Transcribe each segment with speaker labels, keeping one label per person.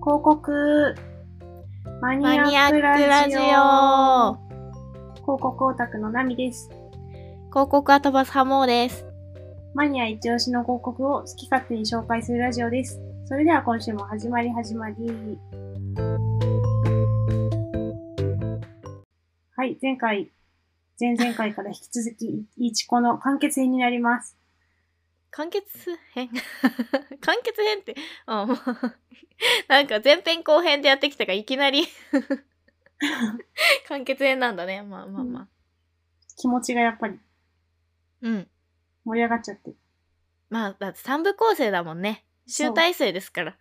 Speaker 1: 広告マニ
Speaker 2: マニ
Speaker 1: ア
Speaker 2: ア
Speaker 1: ッ
Speaker 2: ッ
Speaker 1: ク
Speaker 2: ク
Speaker 1: ラ
Speaker 2: ラ
Speaker 1: ジ
Speaker 2: ジ
Speaker 1: オ
Speaker 2: オ
Speaker 1: 広告オタクのナミです
Speaker 2: 広告は飛ばすハモーです。
Speaker 1: マニア一押しの広告を好き勝手に紹介するラジオですそれでは今週も始まり始まりはい前回前々回から引き続き、いいちこの完結編になります。
Speaker 2: 完結編 完結編って、うん、 なんか前編後編でやってきたからいきなり 完結編なんだね。まあまあまあ。
Speaker 1: 気持ちがやっぱり
Speaker 2: うん。
Speaker 1: 盛り上がっちゃって。
Speaker 2: まあ、だって3部構成だもんね。集大成ですから。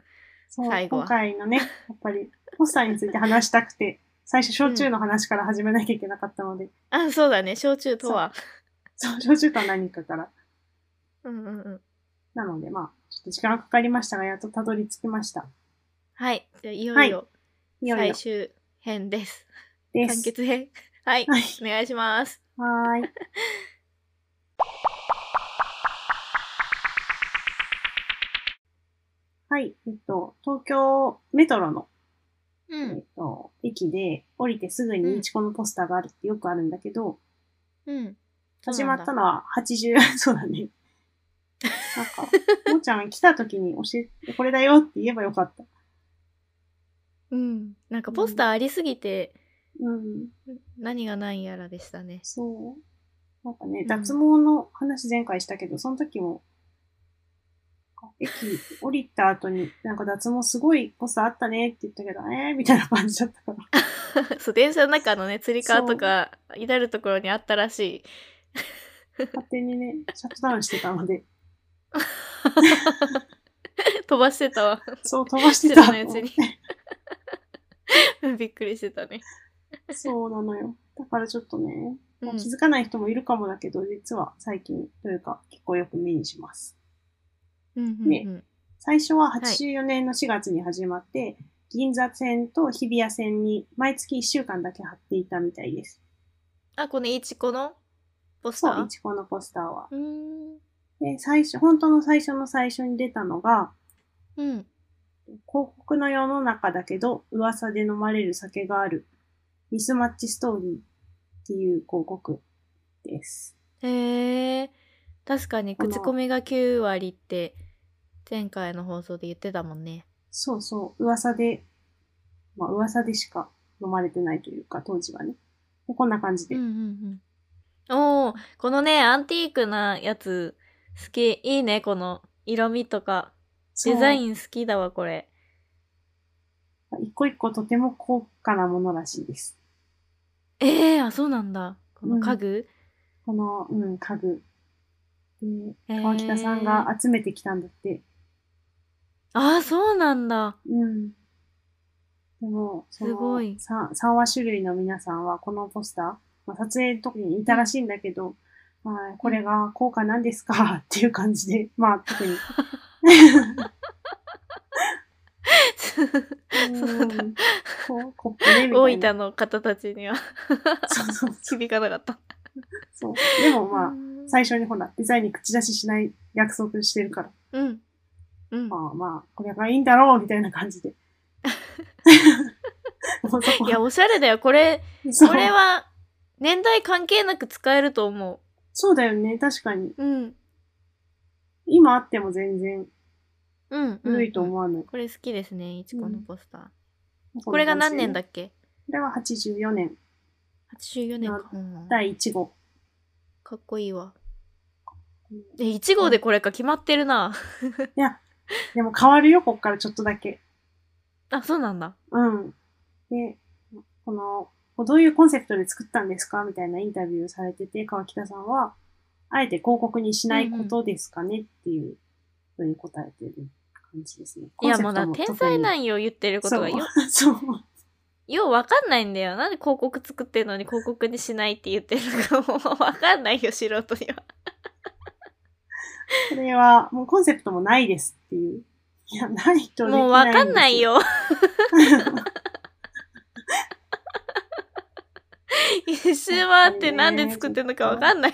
Speaker 1: そう、
Speaker 2: 最後は
Speaker 1: 今回のね、やっぱり、ポスターについて話したくて、最初、焼酎の話から始めなきゃいけなかったので、
Speaker 2: あ、そうだね。焼酎とは。
Speaker 1: そう、焼酎とは何かから。
Speaker 2: うんうんうん。
Speaker 1: なので、まあ、ちょっと時間がかかりましたが、やっとたどり着きました。
Speaker 2: はい。じゃあいよいよ
Speaker 1: いよい
Speaker 2: 最
Speaker 1: よ
Speaker 2: 終編です。
Speaker 1: で
Speaker 2: 完
Speaker 1: す。
Speaker 2: 結 編。はい。
Speaker 1: はい。
Speaker 2: お願いします。
Speaker 1: はーい。 はい、えっと、東京メトロの、
Speaker 2: う
Speaker 1: えっ
Speaker 2: ん。
Speaker 1: と、駅で降りてすぐ
Speaker 2: うん
Speaker 1: にイチコのポスターがあるってよくあるんだけど、
Speaker 2: うん。
Speaker 1: 始まった
Speaker 2: の
Speaker 1: のは80、そう だね。なん か、もーちゃん来た時に教えて、これだよって言えばよかった。
Speaker 2: うん。なんかポスターありすぎて、
Speaker 1: うん、
Speaker 2: 何がないやらでしたね。
Speaker 1: そう。なんかね
Speaker 2: う、ん
Speaker 1: 脱毛の話前回したけど、その時も、駅降りた後に、なんか脱毛すごいポスターあったねって言ったけど、えーみたいな感じだった から。
Speaker 2: そう、電車の中のね、つり革とか、至るところにあったらしい。
Speaker 1: 勝手にね、シャットダウンしてたの で、
Speaker 2: 飛ばしてたわ。
Speaker 1: そう飛ばして
Speaker 2: 知
Speaker 1: た
Speaker 2: らないうちに。びっくりしてたね。
Speaker 1: そうなのよ。だからちょっとね、
Speaker 2: う
Speaker 1: まあ
Speaker 2: ん
Speaker 1: 気づかない人もいるかもだけど、実は最近というか結構よく目にします。
Speaker 2: うんうん
Speaker 1: ね
Speaker 2: うん
Speaker 1: 最初は84年の4月に始まって、銀座線と日比谷線に毎月1週間だけ貼っていたみたいです。
Speaker 2: あ、このいちこのポスタ
Speaker 1: そう、
Speaker 2: ー
Speaker 1: いちこのポスターは。
Speaker 2: うーん。
Speaker 1: で、最初、本当の最初の最初に出たのが、
Speaker 2: うん。
Speaker 1: 広告の世の中だけど、噂で飲まれる酒がある、ミスマッチストーリーっていう広告です。
Speaker 2: へえ。確かに、
Speaker 1: この
Speaker 2: 口コミが9割って、前回の放送で言ってたもんね。
Speaker 1: そうそう、噂で、まあ噂でしか飲まれてないというか、当時はね。でこんな感じで
Speaker 2: うん。うんうん。おお、このね、アンティークなやつ、好き。いいね、この色味とか。デザ
Speaker 1: ン
Speaker 2: イン好きだわ、これ。
Speaker 1: 一個一個とても高価なものらしいです。
Speaker 2: ええあ、そうなんだ。この家具、
Speaker 1: この、うん、家具。で、
Speaker 2: えー
Speaker 1: 川北さんが集めてきたんだって。
Speaker 2: ああ、そうなん だ。
Speaker 1: うん。でも、その
Speaker 2: すごい
Speaker 1: さ3話種類の皆さんは、このポスター、まあ、撮影の時にいたらしいんだけど、まあ、これが効果なんですかっていう感じで、まあ、特に。
Speaker 2: そうだ
Speaker 1: んこうコップね、みた
Speaker 2: 大
Speaker 1: いな。
Speaker 2: 分の方たちには
Speaker 1: そうそうそう
Speaker 2: 響かなかった。
Speaker 1: そう。でもまあ、
Speaker 2: あ
Speaker 1: 最初にほら、デザインに口出ししない約束してるから。
Speaker 2: うん。うん。
Speaker 1: まあまあ、これがいいんだろうみたいな感じ で。もうそこ
Speaker 2: いや、おしゃれだよ。これ、
Speaker 1: そう
Speaker 2: これは、年代関係なく使えると思
Speaker 1: そうだよね、確かに。
Speaker 2: う。うん。
Speaker 1: 今あっても全然
Speaker 2: うん。うん
Speaker 1: 古いと思わない。
Speaker 2: これ好きですね、いちこのポスター。
Speaker 1: こ
Speaker 2: これが何年だ
Speaker 1: っけ
Speaker 2: っけ
Speaker 1: これは84年、
Speaker 2: ?84 年か。うん
Speaker 1: 第1号。
Speaker 2: かっこいいわ。
Speaker 1: うん
Speaker 2: え、1号でこれか決まってるな。
Speaker 1: でも変わるよ、こっからちょっとだけ。
Speaker 2: あ、そうなんだ。
Speaker 1: うん。で、この、どういうコンセプトで作ったんですかみたいなインタビューされてて、川北さんは、あえて広告にしないことですかねっていうふうに答えてる感じですね。
Speaker 2: いや、もうな、
Speaker 1: コンセプト
Speaker 2: 天
Speaker 1: も特に
Speaker 2: 才なんよ、言ってることが。よ
Speaker 1: そう。そう
Speaker 2: ようわかんないんだよ。なんで広告作ってんのに広告にしないって言ってるのかもうわかんないよ、素人には。
Speaker 1: これは、もうコンセプトもないですっていう。いや、ないとできないです
Speaker 2: もうわかんない。よ。 一周回ってなんで作ってんのかわかんない。
Speaker 1: い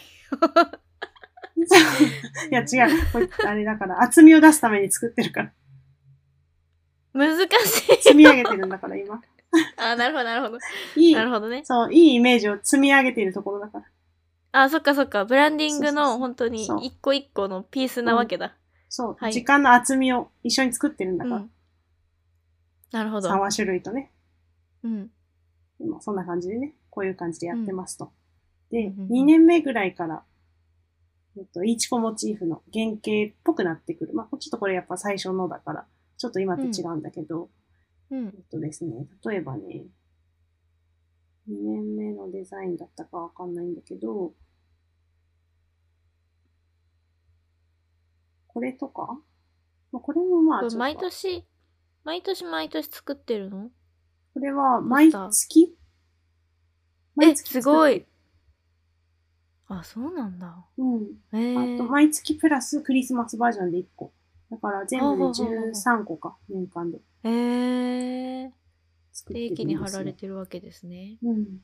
Speaker 1: や、違う。これあれだから、厚みを出すために作ってるから。
Speaker 2: 難し
Speaker 1: 積
Speaker 2: い。
Speaker 1: み上げてるんだから、今。
Speaker 2: あ、なるほど、なるほど。
Speaker 1: いい
Speaker 2: な、るほどね。
Speaker 1: そう、いいイメージを積み上げてるところだから。
Speaker 2: あ、そっかそっか。ブランディング
Speaker 1: そうそうそ
Speaker 2: の
Speaker 1: う
Speaker 2: 本当に
Speaker 1: そう
Speaker 2: 一個一個のピースなわけだ。
Speaker 1: そう、
Speaker 2: はい
Speaker 1: 時間の厚みを一緒に作ってるんだ
Speaker 2: う
Speaker 1: か
Speaker 2: ん。
Speaker 1: ら、
Speaker 2: なるほど
Speaker 1: 三。話種類とね。
Speaker 2: うん。
Speaker 1: 今そんな感じでね、こういう感じでやってますと。で、
Speaker 2: うんうんうん
Speaker 1: 2年目ぐらいから、えっと、いちこモチーフの原型っぽくなってくる。まあ、ちょっとこれやっぱ最初のだから、ちょっと今と違うんだけど、
Speaker 2: うん
Speaker 1: えっ。とですね、例えばね、2年目のデザインだったかわかんないんだけど、これとかまあこれもまあ
Speaker 2: こ
Speaker 1: ちょ
Speaker 2: れ
Speaker 1: っと、
Speaker 2: 毎年、毎年毎年作ってるの
Speaker 1: これは毎月
Speaker 2: え、
Speaker 1: 毎月作
Speaker 2: す
Speaker 1: っ
Speaker 2: ごい。あ、そうなんだ。
Speaker 1: うん。
Speaker 2: え
Speaker 1: あと、
Speaker 2: ー。
Speaker 1: 毎月プラスクリスマスバージョンで1個。だから全部で
Speaker 2: ほうほうほうほう
Speaker 1: 13個か、年間で
Speaker 2: えー。
Speaker 1: 作ってる
Speaker 2: 定
Speaker 1: んです
Speaker 2: 期
Speaker 1: よ。
Speaker 2: に貼られてるわけですね。
Speaker 1: うん。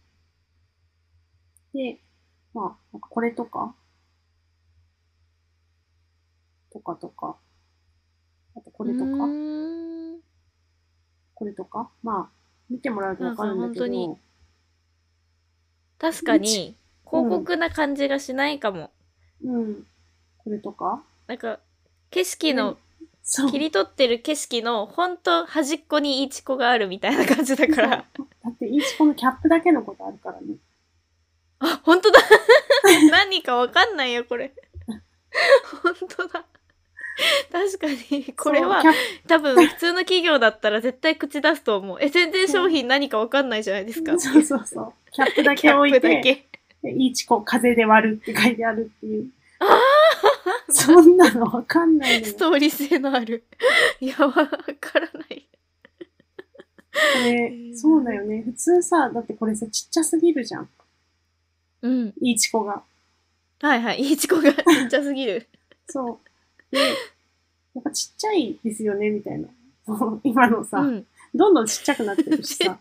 Speaker 1: で、まあ、なんかこれとか、とかとか、あとこれと
Speaker 2: う
Speaker 1: か、
Speaker 2: ーん
Speaker 1: これとか、まあ、見てもらうとわかるんだけど、
Speaker 2: なんか本確かに、広告な感じがしないかも。
Speaker 1: うん。これとか、
Speaker 2: なんか、景色の、
Speaker 1: そう
Speaker 2: 切。り取ってる景色のほんと端っこにイチコがあるみたいな感じだから。
Speaker 1: だって、イチコのキャップだけのことあるからね。
Speaker 2: あ、ほんとだ 何かわかんないよ、これ。ほんとだ。確かに、これは
Speaker 1: そう
Speaker 2: 多分普通の企業だったら絶対口出すと思う。え、全然商品何かわかんないじゃないです
Speaker 1: キ
Speaker 2: か
Speaker 1: ャッ。プそうそうそう。キャップだけ置い
Speaker 2: キャップだ
Speaker 1: て、
Speaker 2: け。
Speaker 1: で、いちこ風で割るって書いてあるっていう。そんなのわかんないのよ。
Speaker 2: ス
Speaker 1: こ
Speaker 2: トーリー性のある。 いや、わからない。
Speaker 1: れ、そうだよね。普通さ、だってこれさ、ちっちゃすぎるじゃん。
Speaker 2: うん。
Speaker 1: いちこが。
Speaker 2: はいはい。イチコがちっちゃすぎる。
Speaker 1: そう。で、やっぱちっちゃいですよね、みたいな。 そう今のさ、
Speaker 2: うん。
Speaker 1: どんどんちっちゃくなってるしさ。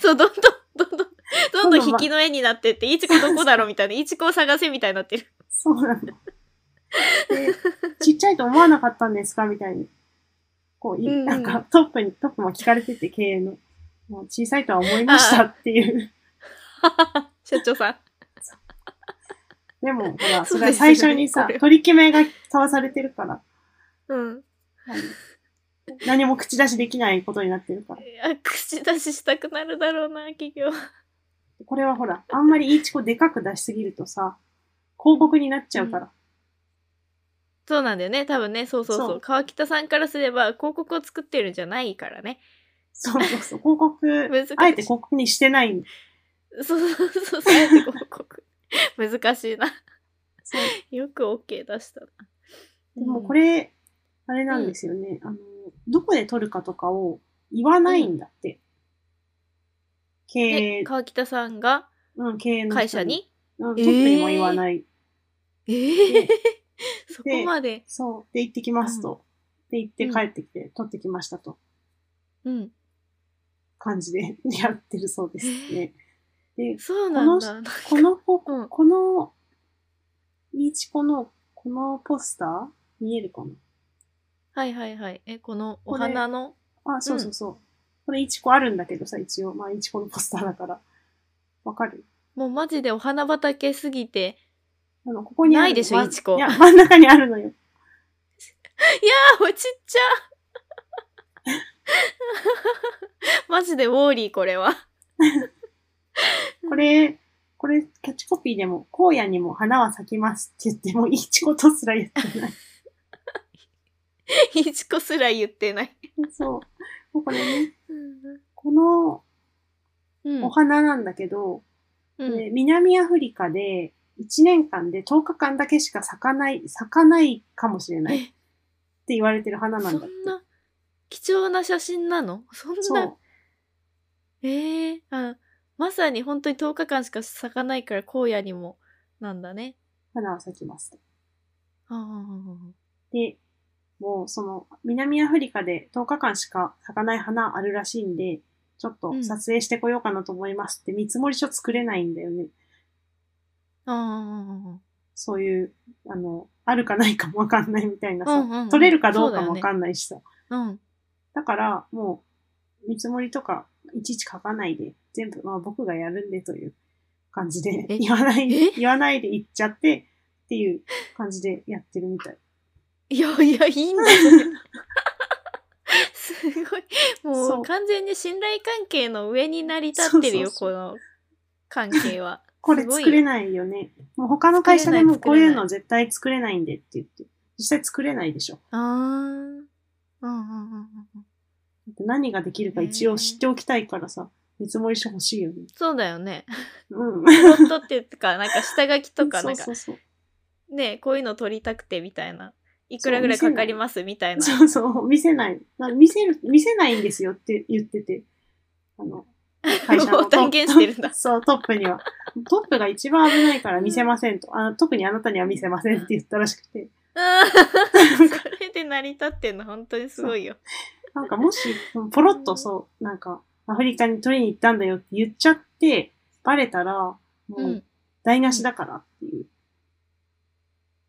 Speaker 2: そう、どんどん、どんどん、どんどん引きの絵になってって、いちこどこだろうみたいな、いちこを探せみたいになってる。
Speaker 1: そうなの。で、ちっちゃいと思わなかったんですかみたいに。こう、い
Speaker 2: うんうん
Speaker 1: なんかトップに、トップも聞かれてて、経営の。もう小さいとは思いましたっていう。
Speaker 2: 社長さん。
Speaker 1: でも、ほら、
Speaker 2: そ
Speaker 1: そうれは
Speaker 2: です
Speaker 1: 最
Speaker 2: よね
Speaker 1: 初にさ
Speaker 2: これ、は
Speaker 1: 取り決めが交わされてるから、
Speaker 2: うん。
Speaker 1: あの何も口出しできないことになってるから。
Speaker 2: いや、口出ししたくなるだろうな、企業。
Speaker 1: これはほら、あんまりいいチコでかく出しすぎるとさ、広告になっちゃうから。
Speaker 2: そうなんだよね。多分ね、そうそうそう。
Speaker 1: そう
Speaker 2: 川北さんからすれば、広告を作ってるんじゃないからね。
Speaker 1: そうそうそう、広告
Speaker 2: 難しい、
Speaker 1: あえて広告にしてない。
Speaker 2: そうそうそう、そうやって広告。 難しいな。
Speaker 1: そう。
Speaker 2: よく OK 出したな。
Speaker 1: でもこ
Speaker 2: れ、
Speaker 1: れ、あれなんですよね、あの、どこで撮るかとかを言わないんだって。経
Speaker 2: ね
Speaker 1: 営、
Speaker 2: 川北さんが
Speaker 1: うん、経営の人
Speaker 2: 会社に
Speaker 1: うん、トップにも言わない。
Speaker 2: え
Speaker 1: で
Speaker 2: ー、そこまで。
Speaker 1: そう。で、行ってきますと。で、行って
Speaker 2: うん
Speaker 1: 帰ってきて、取ってきましたと。
Speaker 2: うん。
Speaker 1: 感じで やってるそうですね。で、
Speaker 2: そうなん
Speaker 1: こ
Speaker 2: だ。
Speaker 1: このこ、
Speaker 2: うん
Speaker 1: この、いちこの、このポスター見えるか
Speaker 2: はいはいはい。え、このお
Speaker 1: これ
Speaker 2: 花の。
Speaker 1: なあ、そうそうそう。これいちこあるんだけどさ、一応。まあ、いちこのポスターだから。わかる
Speaker 2: もうマジでお花畑すぎて。
Speaker 1: あの、ここにある
Speaker 2: ないでしょ
Speaker 1: ま
Speaker 2: いちこ
Speaker 1: いや、真ん中にあるのよ。
Speaker 2: あ、ちっちゃ マジでウォーリーこれは。
Speaker 1: これ、これ、キャッチコピーでも、荒野にも花は咲きますって言っても、いちことすら言って ない。
Speaker 2: いちこすら言ってない。
Speaker 1: そう。もうこれね、この
Speaker 2: うん
Speaker 1: お花なんだけど、
Speaker 2: うん
Speaker 1: で南アフリカで1年間で10日間だけしか咲かない、咲かないかもしれないっ
Speaker 2: え
Speaker 1: て言われてる花なん
Speaker 2: そ
Speaker 1: だって。
Speaker 2: んな貴重な写真なのそん
Speaker 1: そ
Speaker 2: な
Speaker 1: う。
Speaker 2: ええあまさに本当に10日間しか咲かないから荒野にもなんだね。
Speaker 1: 花を咲きます。
Speaker 2: あー
Speaker 1: で、もうその南アフリカで10日間しか咲かない花あるらしいんで、ちょっと
Speaker 2: うん
Speaker 1: 撮影してこようかなと思いますって見積もり書作れないんだよね。
Speaker 2: あ
Speaker 1: そういう、あの、あるかないかもわかんないみたいなさ、
Speaker 2: うんうんうん
Speaker 1: 撮れるかどうか
Speaker 2: そうだよ
Speaker 1: も
Speaker 2: ね
Speaker 1: わかんないしさ。
Speaker 2: ー。うん。
Speaker 1: だから、もう、見積もりとか、いちいち書かないで、全部、まあ僕がやるんでという感じで、
Speaker 2: え
Speaker 1: 言わない
Speaker 2: え、
Speaker 1: 言わないで言っちゃって、っていう感じでやってるみたい。
Speaker 2: いやいや、いいんだよ。 すごい。
Speaker 1: そ
Speaker 2: も
Speaker 1: う
Speaker 2: う完全に信頼関係の上に成り立ってるよ、
Speaker 1: そ
Speaker 2: この関係は。
Speaker 1: これ
Speaker 2: すごい
Speaker 1: 作れないよね。もう他の会社でもこ
Speaker 2: 作
Speaker 1: う
Speaker 2: れない
Speaker 1: いうの絶対作れないんでって言って、実際作れないでしょ。
Speaker 2: あー。うんうんうんうんうん。
Speaker 1: 何ができるか一応知っておきたいからさ、見積もり書欲しいよね。
Speaker 2: そうだよね。
Speaker 1: うん。
Speaker 2: ロットっていうか、なんか下書きとか、なん か
Speaker 1: そうそうそう。
Speaker 2: ね、こういうの撮りたくてみたいな。いくらぐらいかかりますみたいな。
Speaker 1: そうそう、見せない。な見せる、見せないんですよって言ってて。あの、会社
Speaker 2: も
Speaker 1: の
Speaker 2: う断言してるんだ
Speaker 1: そう、トップには。トップが一番危ないから見せませんと。あの特にあなたには見せませんって言ったらしくて。
Speaker 2: うん それで成り立ってんの、本当にすごいよ。
Speaker 1: なんかもし、ポロッとそう、なんか、アフリカに取りに行ったんだよって言っちゃって、バレたら、も
Speaker 2: う、。
Speaker 1: うん台無しだからっていう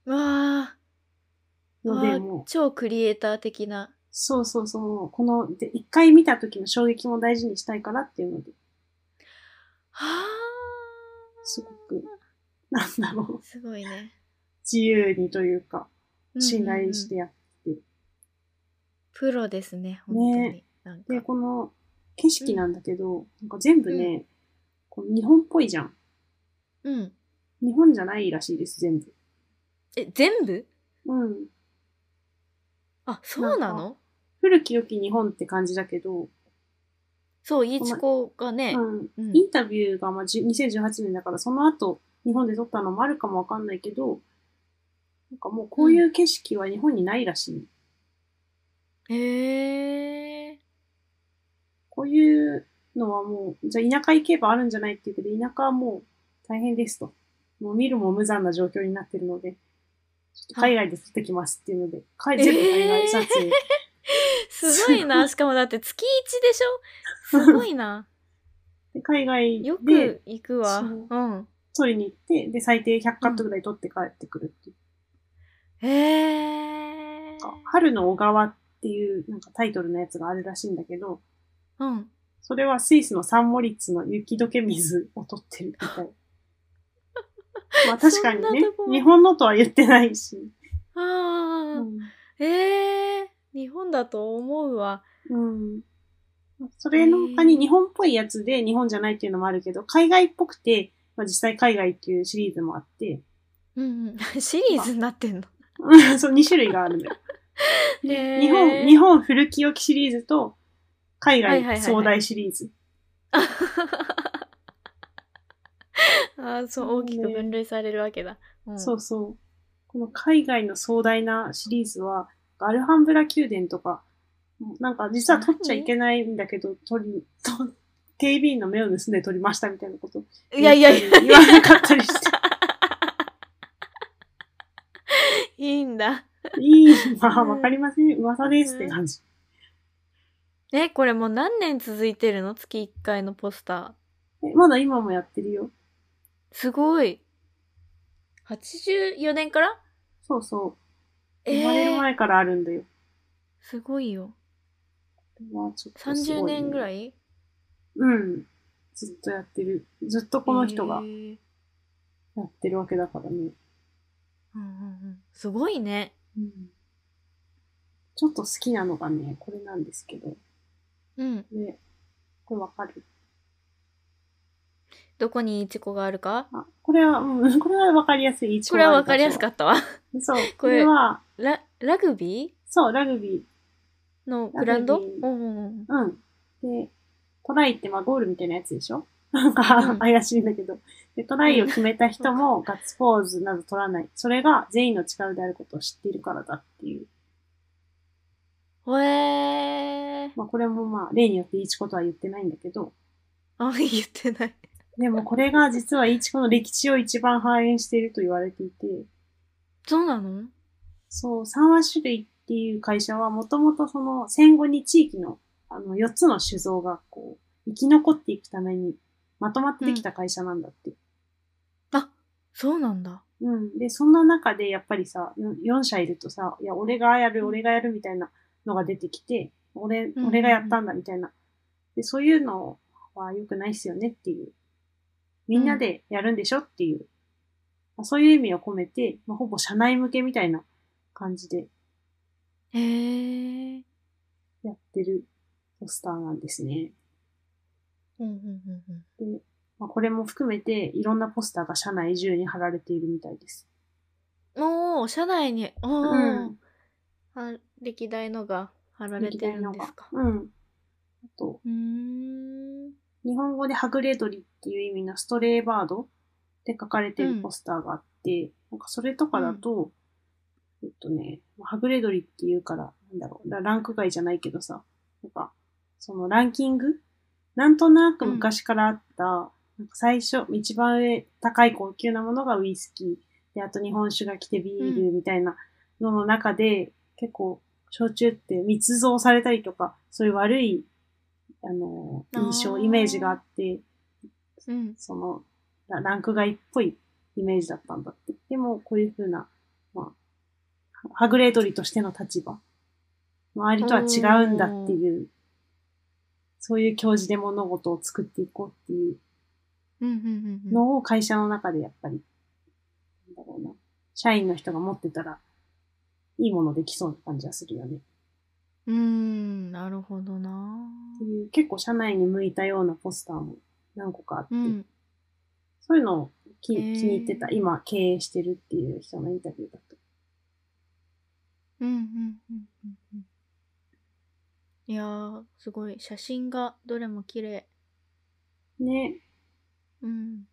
Speaker 2: うわー
Speaker 1: の
Speaker 2: わ
Speaker 1: で、
Speaker 2: ー
Speaker 1: もう、
Speaker 2: 超クリエイター的な。
Speaker 1: そうそうそう。この、で、一回見た時の衝撃も大事にしたいからっていうので、
Speaker 2: は
Speaker 1: すごく、なんだろう
Speaker 2: あ。、すごいね。
Speaker 1: 自由にというか、信頼し
Speaker 2: うんうんうん
Speaker 1: てやって、
Speaker 2: プロですね、本当に。なんか
Speaker 1: で、この景色なんだけど、なんか全部ね、こう日本っぽいじゃん。
Speaker 2: うん。
Speaker 1: 日本じゃないらしいです、全部。
Speaker 2: え、全部
Speaker 1: うん。
Speaker 2: あ、そうな
Speaker 1: な
Speaker 2: の
Speaker 1: 古き良き日本って感じだけど、
Speaker 2: そう、いちこがね、
Speaker 1: うん。
Speaker 2: うん
Speaker 1: インタビューがまあじゅ2018年だから、その後、日本で撮ったのもあるかもわかんないけど、なんかもうこういう景色は日本にないらしい。
Speaker 2: へえ。
Speaker 1: こういうのはもう、じゃあ田舎行けばあるんじゃないっていうけど、田舎はもう大変ですと。もう見るも無残な状況になってるので、ちょっと海外で撮ってきますっていうので、海全部海外撮影。
Speaker 2: すごいな。しかもだって月1でしょすごい な。
Speaker 1: で海外
Speaker 2: よ
Speaker 1: で
Speaker 2: く行くわ。
Speaker 1: そう
Speaker 2: うん。
Speaker 1: 撮りに行って、で、最低100カットぐらい撮って帰ってくるっていう
Speaker 2: へえ。
Speaker 1: か、春の小川っていうなんかタイトルのやつがあるらしいんだけど、
Speaker 2: うん。
Speaker 1: それはスイスのサンモリッツの雪解け水を撮ってるみた い。まあ確かに
Speaker 2: そん
Speaker 1: ね
Speaker 2: なとこ、
Speaker 1: 日本のとは言ってないし。
Speaker 2: あ
Speaker 1: う
Speaker 2: あ、
Speaker 1: ん
Speaker 2: ええ。日本だと思うわ。
Speaker 1: うん。それの他に日本っぽいやつで日本じゃないっていうのもあるけど、海外っぽくて、まあ、実際海外っていうシリーズもあって、
Speaker 2: うんうん。 シリーズになってんの。
Speaker 1: うんそう、2種類があるんだよ。
Speaker 2: へ
Speaker 1: で
Speaker 2: ー
Speaker 1: 日本、日本古き良きシリーズと、海
Speaker 2: はいはいはい
Speaker 1: 外
Speaker 2: はい
Speaker 1: 壮大シリーズ。
Speaker 2: ああ、そう、大きく分類されるわけだ。うん
Speaker 1: そうそう。この海外の壮大なシリーズは、アルハンブラ宮殿とか、なんか実は撮っちゃいけないんだけど、撮り、と警備員の目を盗んで撮りましたみたいなこと。
Speaker 2: いやいやいや、
Speaker 1: 言わなかったりして。
Speaker 2: いいんだ。
Speaker 1: いい、まあ、わかりません。噂ですって感じ。
Speaker 2: え、これもう何年続いてるの月1回のポスタ
Speaker 1: えまだ今もやってるよ。
Speaker 2: ー。すごい。84年から
Speaker 1: そうそう。
Speaker 2: え
Speaker 1: 生まれる
Speaker 2: ー
Speaker 1: 前からあるんだよ。
Speaker 2: すごいよ。
Speaker 1: まあ、ちょっとす
Speaker 2: 30
Speaker 1: ごいね
Speaker 2: 年ぐらい
Speaker 1: うん。ずっとやってる。ずっとこの人が
Speaker 2: えー
Speaker 1: やってるわけだからね。
Speaker 2: うんうんうんすごいね。
Speaker 1: うんちょっと好きなのがね、これなんですけど。
Speaker 2: うん。
Speaker 1: ね、これわかる
Speaker 2: どこにイチコがあるか
Speaker 1: あ、これは、うん、 これはわかりやすい。一
Speaker 2: これはわかりやすか
Speaker 1: っ
Speaker 2: ったわ。
Speaker 1: た。そう。
Speaker 2: こ
Speaker 1: こ
Speaker 2: れ
Speaker 1: れは、
Speaker 2: ラ、ラグビ
Speaker 1: そう、ラグビ
Speaker 2: ーのグラウンド
Speaker 1: ラグビー
Speaker 2: うんうんうん
Speaker 1: ー。うん。で、トライって、まあ、ゴールみたいなやつでしょ なんか、
Speaker 2: うん
Speaker 1: 怪しいんだけど。で、トライを決めた人もガッツポーズなど取らない。それが全員の力であることを知っているからだっていう。
Speaker 2: ほえー。
Speaker 1: まあ、これもまあ、例によっていいちことは言ってないんだけど。
Speaker 2: あ、 言ってない。
Speaker 1: でも、これが実はいいちこの歴史を一番反映していると言われていて。
Speaker 2: そうなの
Speaker 1: そう、三和種類っていう会社はもともとその戦後に地域のあの4つの酒造がこう生き残っていくためにまとまってできた会社なんだって。
Speaker 2: あ、そうなんだ。
Speaker 1: うん。で、そんな中でやっぱりさ、4社いるとさ、いや、俺がやる、俺がやるみたいなのが出てきて、俺、
Speaker 2: うん
Speaker 1: 俺がやったんだみたいな。で、そういうのは良くないっすよねっていう。みんなでやるんでしょっていう。まあそういう意味を込めて、まあ、ほぼ社内向けみたいな感じで
Speaker 2: へえ。
Speaker 1: やってるポスターなんですね。
Speaker 2: うんうんうんうん。
Speaker 1: まあ、これも含めていろんなポスターが社内中に貼られているみたいです。
Speaker 2: おー、社内に、おー、あ歴代のが貼られてるんですか。
Speaker 1: うん。あと、
Speaker 2: うーん。
Speaker 1: 日本語ではぐれ鳥っていう意味のストレイバードって書かれてるポスターがあって、なんかそれとかだと、えっとね、はぐれ鳥っていうから、なんだろう、ラランク外じゃないけどさ、なんか、そのランキングなんとなく昔からあった、なんか最初、一番上、高い高級なものがウイスキー、で、あと日本酒が来てビールみたいなのの中で、結構、焼酎って密造されたりとか、そういう悪い、あの、
Speaker 2: あー
Speaker 1: 印象、イメージがあって、
Speaker 2: うん。
Speaker 1: その、ラランク外っぽいイメージだったんだって。でも、こういうふうな、まあ、ははぐれ鳥としての立場。周りとは違うんだっていう、そういう教示で物事を作っていこうっていう
Speaker 2: うんうんうんうん。
Speaker 1: のを会社の中でやっぱり、なんだろうな、社員の人が持ってたら、いいものできそうな感じはするよね。
Speaker 2: うーん、なるほどな。
Speaker 1: っていう結構社内に向いたようなポスターも何個かあって、
Speaker 2: うん。
Speaker 1: そういうのを気気
Speaker 2: へー
Speaker 1: に入ってた、今経営してるっていう人のインタビューだと。
Speaker 2: うんうんうんうんうん。いやー、すごい。写真がどれも綺麗。
Speaker 1: ね、
Speaker 2: うん。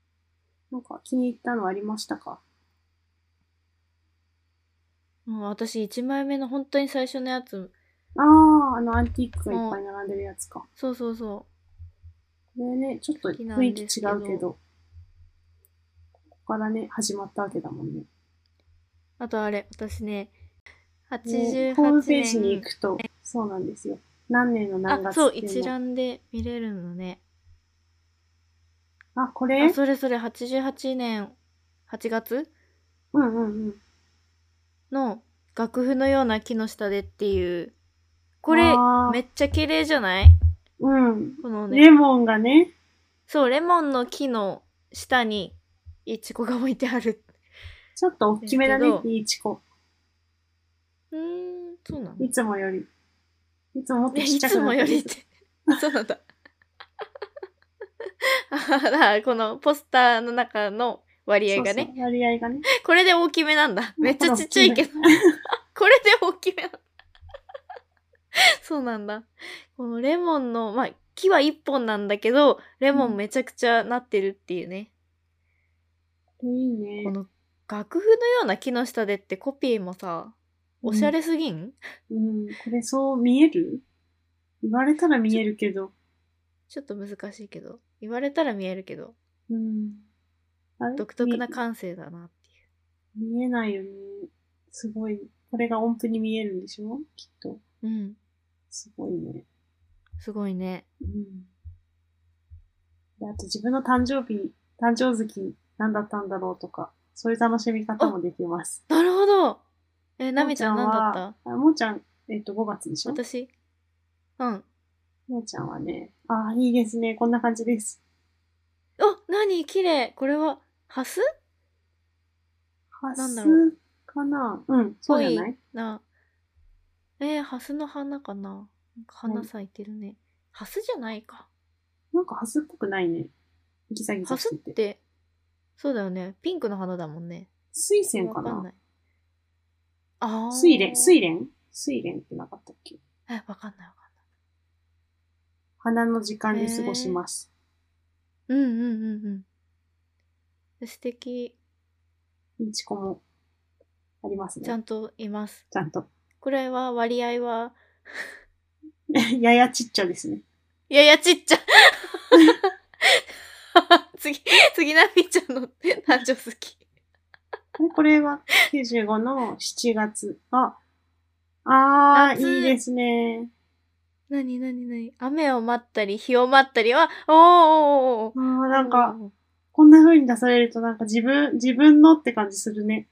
Speaker 1: なんか気に入ったのありましたか
Speaker 2: もう私1枚目の本当に最初のやつ、
Speaker 1: ああ、あのアンティークがいっぱい並んでるやつか。こ
Speaker 2: そうそうそ
Speaker 1: れね、ちょっと
Speaker 2: 好きなん
Speaker 1: 雰囲気違
Speaker 2: で
Speaker 1: う
Speaker 2: す
Speaker 1: け
Speaker 2: けど
Speaker 1: ど、ここからね、始まったわけだもんね。
Speaker 2: う。あとあれ、私ね、
Speaker 1: ね
Speaker 2: 88
Speaker 1: ホームページに
Speaker 2: 年
Speaker 1: 行。くと、そうなんですよ。何年の何
Speaker 2: あ、
Speaker 1: 月
Speaker 2: そう、
Speaker 1: ってい
Speaker 2: 一
Speaker 1: の
Speaker 2: 覧で見れるのね。
Speaker 1: あ、これ
Speaker 2: あ、それそれ、88年8月
Speaker 1: うんうんうん。
Speaker 2: の楽譜のような木の下でっていう。これ
Speaker 1: あ、ー
Speaker 2: めっちゃ綺麗じゃない
Speaker 1: うん。
Speaker 2: このね
Speaker 1: レモンがね、
Speaker 2: そう、レモンの木の下にイチゴが置いてある。
Speaker 1: ちょっと大きめだね
Speaker 2: です、けど
Speaker 1: いいチコ。
Speaker 2: うーん、そうなの
Speaker 1: いつもより。いつももっと
Speaker 2: え
Speaker 1: ちっ
Speaker 2: い
Speaker 1: ちゃ
Speaker 2: つ
Speaker 1: くな
Speaker 2: も
Speaker 1: っ
Speaker 2: よ
Speaker 1: て
Speaker 2: りっ
Speaker 1: る。
Speaker 2: て。 そうなんだ。あーだからこのポスターの中の割合が
Speaker 1: そ
Speaker 2: ね
Speaker 1: うそう割合がね。
Speaker 2: これで大きめなんだ。めっちゃちっちゃい けど。これで大きめなんだ。 そうなんだ。このレモンの、まあ、木は一本なんだけど、レモンめちゃくちゃなってるっていうね。
Speaker 1: いいね
Speaker 2: こ。の楽譜のような木の下でってコピーもさ、おしゃれすぎん、
Speaker 1: うん、これそう見える言われたら見えるけど。
Speaker 2: ちょっと難しいけど。言われたら見えるけど、
Speaker 1: うん。あれ
Speaker 2: 独特な感性だなってい
Speaker 1: 見
Speaker 2: う。
Speaker 1: 見えないよね。すごい。これが音符に見えるんでしょきっと。
Speaker 2: うん。
Speaker 1: すごいね。
Speaker 2: すごいね。
Speaker 1: うん。であと自分の誕生日、誕生月何だったんだろうとか、そういう楽しみ方もできます。
Speaker 2: なるほどえ、なみちゃん
Speaker 1: も
Speaker 2: 何
Speaker 1: うは
Speaker 2: だっ
Speaker 1: あもうちゃん、えっと、5月でしたょ
Speaker 2: 私うん。
Speaker 1: もうちゃんはね、ああ、いいですね。こんな感じです。
Speaker 2: あ、何綺麗これは、ハス
Speaker 1: ハ
Speaker 2: なん
Speaker 1: ス
Speaker 2: だろう
Speaker 1: かなうん、そうじゃない
Speaker 2: な。えー、ハスの花かななんか花咲いてるね。ハスじゃないか。
Speaker 1: なんかハスっぽくないね。ギザギ
Speaker 2: ハ
Speaker 1: ザ
Speaker 2: ス
Speaker 1: し
Speaker 2: って
Speaker 1: て。
Speaker 2: て、そうだよね。ピンクの花だもんね。
Speaker 1: 水仙か
Speaker 2: わかん
Speaker 1: ない
Speaker 2: ああ。
Speaker 1: 水蓮、水蓮水蓮ってなかったっけ
Speaker 2: え、わかんないわか
Speaker 1: 花の時間で過ごします。
Speaker 2: んない。うんうんうんうん。素敵。
Speaker 1: いちこもありますね。
Speaker 2: ちゃんといます。
Speaker 1: ちゃんと。
Speaker 2: これは割合は、
Speaker 1: ややちっちゃですね。
Speaker 2: いやいや、ちっちゃ。 次、次、なみちゃんの男女好き。
Speaker 1: えこれは95の7月。あ、あー、
Speaker 2: 夏
Speaker 1: いいですね。
Speaker 2: なになになに雨を待ったり、日を待ったりは、おーおーおーお
Speaker 1: あ
Speaker 2: ー
Speaker 1: ーなんか、
Speaker 2: おー
Speaker 1: こんな風に出されるとなんか自分、自分のって感じするね。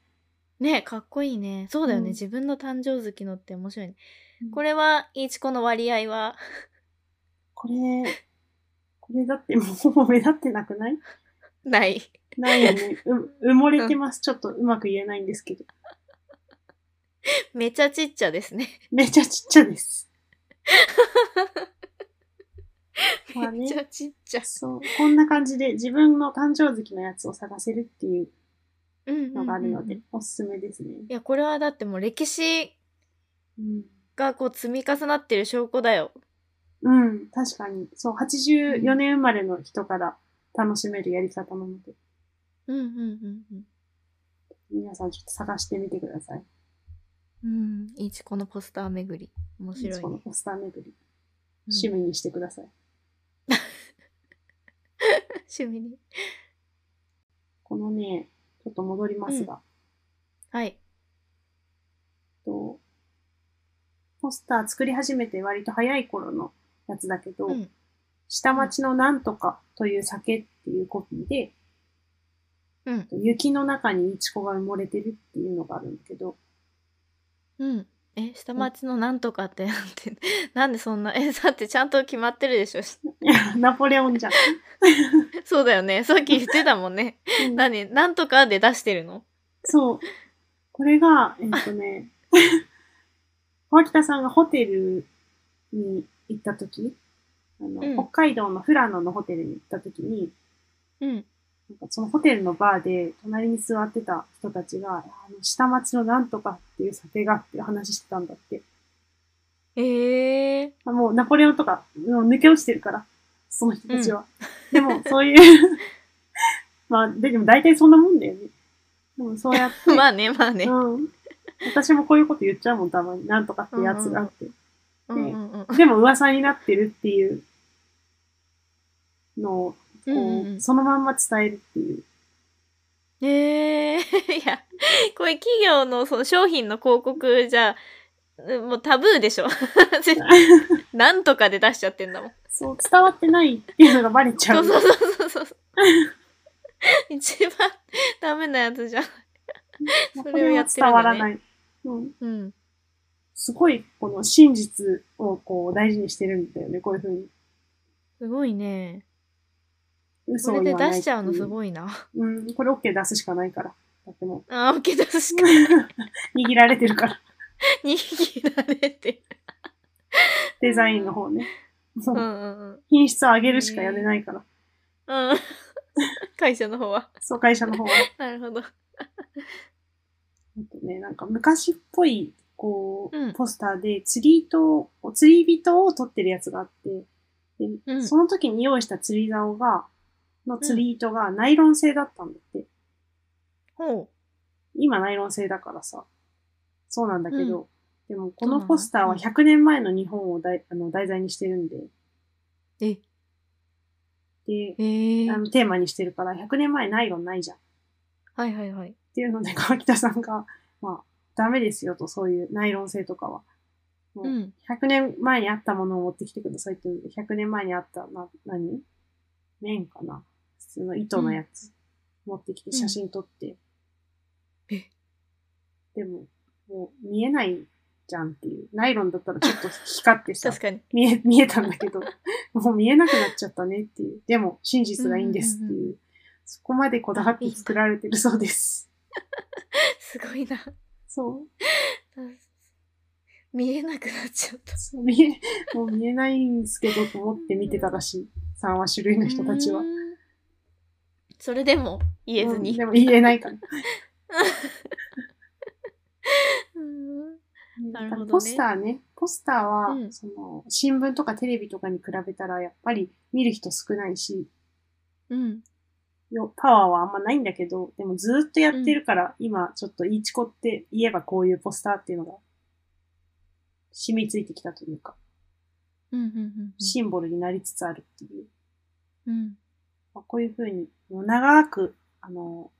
Speaker 2: うねかっこいいねそうだよね、
Speaker 1: うん
Speaker 2: 自分の誕生月のって面白いね
Speaker 1: うん
Speaker 2: これはいちこの割合は
Speaker 1: これ、これだってもうほぼ目立ってなくない
Speaker 2: ない
Speaker 1: ないよね。う埋もれてます。ちょっとうまく言えないんですけど。
Speaker 2: めちゃちっちゃですね
Speaker 1: めちゃちっちゃです。まあ
Speaker 2: めち
Speaker 1: ね、
Speaker 2: ゃちっちゃ
Speaker 1: そう。こんな感じで自分の誕生月のやつを探せるっていうの
Speaker 2: の
Speaker 1: があるの
Speaker 2: い
Speaker 1: で、おすすめですね。
Speaker 2: やこれはだってもう歴史
Speaker 1: うん。
Speaker 2: がこう積み重なってる証拠だよ
Speaker 1: うん、確かに。そう、84年生まれの人から楽しめるやり方なので、
Speaker 2: うんうんうんうん
Speaker 1: 皆さんちょっと探してみてください。
Speaker 2: うん、いちこのポスター巡り面白い
Speaker 1: この
Speaker 2: ね、
Speaker 1: ポスター巡り、
Speaker 2: うん
Speaker 1: 趣味 にしてください。
Speaker 2: 趣味に
Speaker 1: このね、ちょっと戻りますが、
Speaker 2: はい
Speaker 1: とポスター作り始めて割と早い頃のやつだけど、
Speaker 2: うん
Speaker 1: 下町のなんとかという酒っていうコピーで、
Speaker 2: うん
Speaker 1: 雪の中にイチコが埋もれてるっていうのがあるんだけど、
Speaker 2: うんえ下町のなんとかってなんて なんでそんなえだってちゃんと決まってるでしょ し
Speaker 1: いやナポレオンじゃん。
Speaker 2: そうだよねさっき言ってたもんね
Speaker 1: うん
Speaker 2: 何なんとかで出してるの
Speaker 1: そう。これが、えっ、とね、 川北さんがホテルに行った時あの、
Speaker 2: うん
Speaker 1: 北海道の富良野のホテルに行った時に、
Speaker 2: うん
Speaker 1: なんかそのホテルのバーで隣に座ってた人たちが、あの下町のなんとかっていう酒がっていう話してたんだって。
Speaker 2: ええ
Speaker 1: あもうナポレオンとか、もう抜け落ちてるから、その人たちは。でも、そういう、 まあ、ででも大体そんなもんだよね。でもそうやって、
Speaker 2: ー、 まあねまあね、
Speaker 1: うん。私もこういうこと言っちゃうもん、たまに。なんとかってやつがあって。
Speaker 2: うん、うんうん
Speaker 1: でも噂になってるっていうのを、こう
Speaker 2: うんうん
Speaker 1: そのまんま伝えるっていう。
Speaker 2: ええ いやこれ企業のその商品の広告じゃうんもうタブーでしょ 絶 対なんとかで出しちゃってんだもん
Speaker 1: そう、伝わってないっていうのがバレちゃ。
Speaker 2: そううそうそうそうそう一番ダメなやつじゃん
Speaker 1: まあ
Speaker 2: そ
Speaker 1: こ
Speaker 2: れを
Speaker 1: れ
Speaker 2: や
Speaker 1: は
Speaker 2: ってる
Speaker 1: 伝
Speaker 2: んだね
Speaker 1: わらない。うん。
Speaker 2: うん
Speaker 1: すごい、この真実をこう大事にしてるんだよね、こういうふうに。
Speaker 2: すごいね
Speaker 1: 嘘
Speaker 2: そ
Speaker 1: を言
Speaker 2: れで
Speaker 1: わない
Speaker 2: 出しちゃうのす
Speaker 1: い。
Speaker 2: ごいな
Speaker 1: うん、これ OK 出すしかないから。だっても
Speaker 2: あー、オッケー、確か
Speaker 1: う、 握られてるから、
Speaker 2: に握られて
Speaker 1: デザインの方ね。そ
Speaker 2: る。う
Speaker 1: うん
Speaker 2: うんうん。
Speaker 1: 品質を上げるしかやれないから。
Speaker 2: うん。会社の方は。
Speaker 1: そう、会社の方は。
Speaker 2: なるほど。
Speaker 1: あとね、なんか昔っぽい、こう、
Speaker 2: うん
Speaker 1: ポスターで釣り糸を、釣り人を撮ってるやつがあって、で
Speaker 2: うん
Speaker 1: その時に用意した釣り竿が、の釣り糸がナイロン製だったんだって。
Speaker 2: ほ
Speaker 1: 今ナイロン製だからさ。そうなんだけど、でもこ
Speaker 2: そう
Speaker 1: の
Speaker 2: なの
Speaker 1: ポスターは100年前の日本を題あの題材にしてるんで、
Speaker 2: う。え、
Speaker 1: で
Speaker 2: え、ー
Speaker 1: あのテーマにしてるから100年前ナイロンないじゃん。
Speaker 2: はいはいはい。
Speaker 1: っていうので、川北さんが、まあ、ダメですよと、そういうナイロン製とかは。もう
Speaker 2: うん。
Speaker 1: 100年前にあったものを持ってきてくださいって言うんで、100年前にあった、な、何綿かな普通の糸のやつ、持ってきて写真撮って。
Speaker 2: うんえ
Speaker 1: でも、もう見えないじゃんっていう。ナイロンだったらちょっと光ってさ
Speaker 2: 確、かに。
Speaker 1: 見え、見えたんだけ ど、もう見えなくなっちゃったねっていう。でも、真実がいいんですって
Speaker 2: うんうん
Speaker 1: いう。そこまでこだわって作られてるそうです。
Speaker 2: すごいな。
Speaker 1: そう。
Speaker 2: 見えなくなっちゃった。
Speaker 1: そう見え、 もう見えないんですけどと思って見てたらしい。3話種類の人たちは
Speaker 2: うー。ん。それでも言えず
Speaker 1: うん
Speaker 2: に。
Speaker 1: でも言えないから。
Speaker 2: うん な
Speaker 1: だ
Speaker 2: る
Speaker 1: か
Speaker 2: ほど
Speaker 1: ら
Speaker 2: ね
Speaker 1: ポスターね。ポスターは、
Speaker 2: うん
Speaker 1: その、新聞とかテレビとかに比べたら、やっぱり見る人少ないし、
Speaker 2: うん。
Speaker 1: よパワーはあんまないんだけど、でもずーっとやってるから、今ちょっとイチコって言えばこういうポスターっていうのが、染みついてきたというか、
Speaker 2: うんうんうん
Speaker 1: シンボルになりつつあるっていう。
Speaker 2: うん。うん。
Speaker 1: まあこういうふうに、もう長く、あの、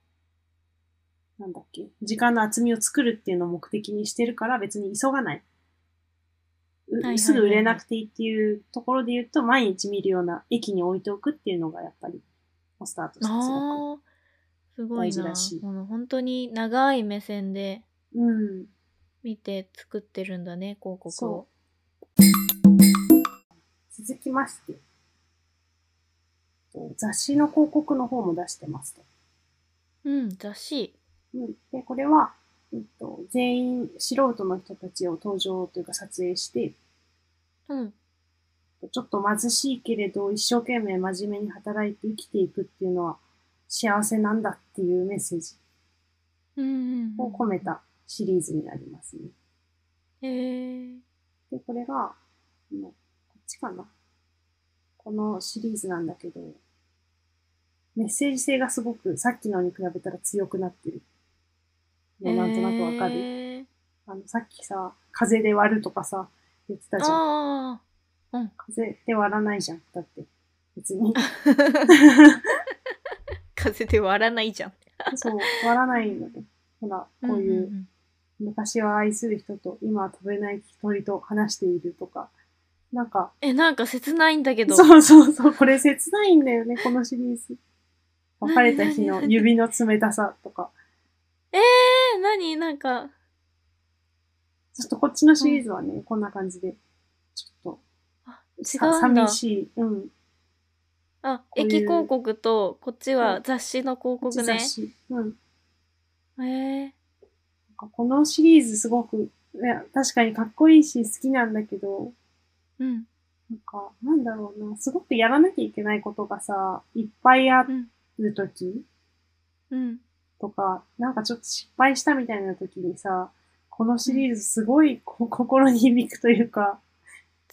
Speaker 1: なんだっけ、時間の厚みを作るっていうのを目的にしてるから別に急がない。う
Speaker 2: はいはいはい
Speaker 1: すぐ売れなくていいっていうところで言うと、毎日見るような駅に置いておくっていうのがやっぱり、ポスターとしてすごく
Speaker 2: ああ。すごい
Speaker 1: 大事
Speaker 2: な
Speaker 1: だし
Speaker 2: この本当に長い目線で
Speaker 1: うん。
Speaker 2: 見て作ってるんだね広告を
Speaker 1: そ続きまして、雑誌の広告の方も出してますと。
Speaker 2: うん雑誌
Speaker 1: うん、で、これは、えっと、全員素人の人たちを登場というか撮影して、
Speaker 2: うん
Speaker 1: ちょっと貧しいけれど一生懸命真面目に働いて生きていくっていうのは幸せなんだっていうメッセージ
Speaker 2: うんうん
Speaker 1: を込めたシリーズになりますね。
Speaker 2: へえ
Speaker 1: で、これが、もうこっちかな。このシリーズなんだけど、メッセージ性がすごくさっきのに比べたら強くなってる。もうなんとなくわかる。
Speaker 2: へー
Speaker 1: あの、さっきさ、風で割るとかさ、言ってたじゃん。
Speaker 2: ああうん
Speaker 1: 風で割らないじゃん。だって、別 に。
Speaker 2: 風で割らないじゃん
Speaker 1: そう、割らないので。ほら、こうい
Speaker 2: ん
Speaker 1: う、
Speaker 2: ん
Speaker 1: 昔は愛する人と、今は飛べない鳥と話しているとか。なんか、
Speaker 2: えなんか切ないんだけど
Speaker 1: そうそうそう、これ切ないんだよね、このシリー ズ。別れた日の指の冷たさとか。
Speaker 2: えー、何なんか
Speaker 1: ちょっとこっちのシリーズはね、こんな感じで、ちょっ
Speaker 2: あ
Speaker 1: と、
Speaker 2: 違
Speaker 1: さ
Speaker 2: うんだ
Speaker 1: 寂しい。うん。
Speaker 2: あ
Speaker 1: ういう
Speaker 2: 駅広告とこっち
Speaker 1: う
Speaker 2: は
Speaker 1: ん
Speaker 2: 雑誌の広告ね
Speaker 1: 雑誌うん。
Speaker 2: へえ
Speaker 1: なんかこのシリーズすごく、いや、確かにかっこいいし好きなんだけど、
Speaker 2: うん
Speaker 1: なんか、なんだろうな、すごくやらなきゃいけないことがさ、いっぱいあ
Speaker 2: うん
Speaker 1: るとき
Speaker 2: うん
Speaker 1: とか、なんかちょっと失敗したみたいなときにさ、このシリーズすごいこう心に響くというか、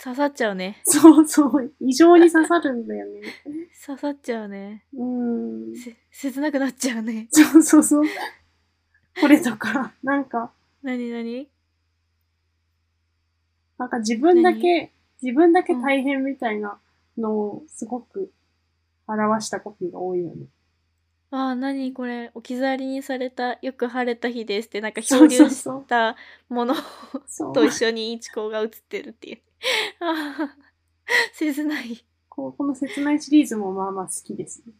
Speaker 2: 刺さっちゃうね
Speaker 1: そうそう、異常に刺さるんだよね。
Speaker 2: 刺さっちゃうね
Speaker 1: うーん。
Speaker 2: せ切なくなっちゃうね
Speaker 1: そうそうそう。これとか、なんか、
Speaker 2: 何何
Speaker 1: なんか自分だけ、自分だけ大変みたいなのをすごく表したコピーが多いよね。
Speaker 2: ああ、何これ、置き去りにされた、よく晴れた日ですって、なんか
Speaker 1: そう
Speaker 2: 漂
Speaker 1: そう
Speaker 2: 流
Speaker 1: そう
Speaker 2: したもの
Speaker 1: そう。
Speaker 2: と一緒にイチコが映ってるっていう。ああ、切ない。
Speaker 1: こうこの切ないシリーズもまあまあ好きです、ね。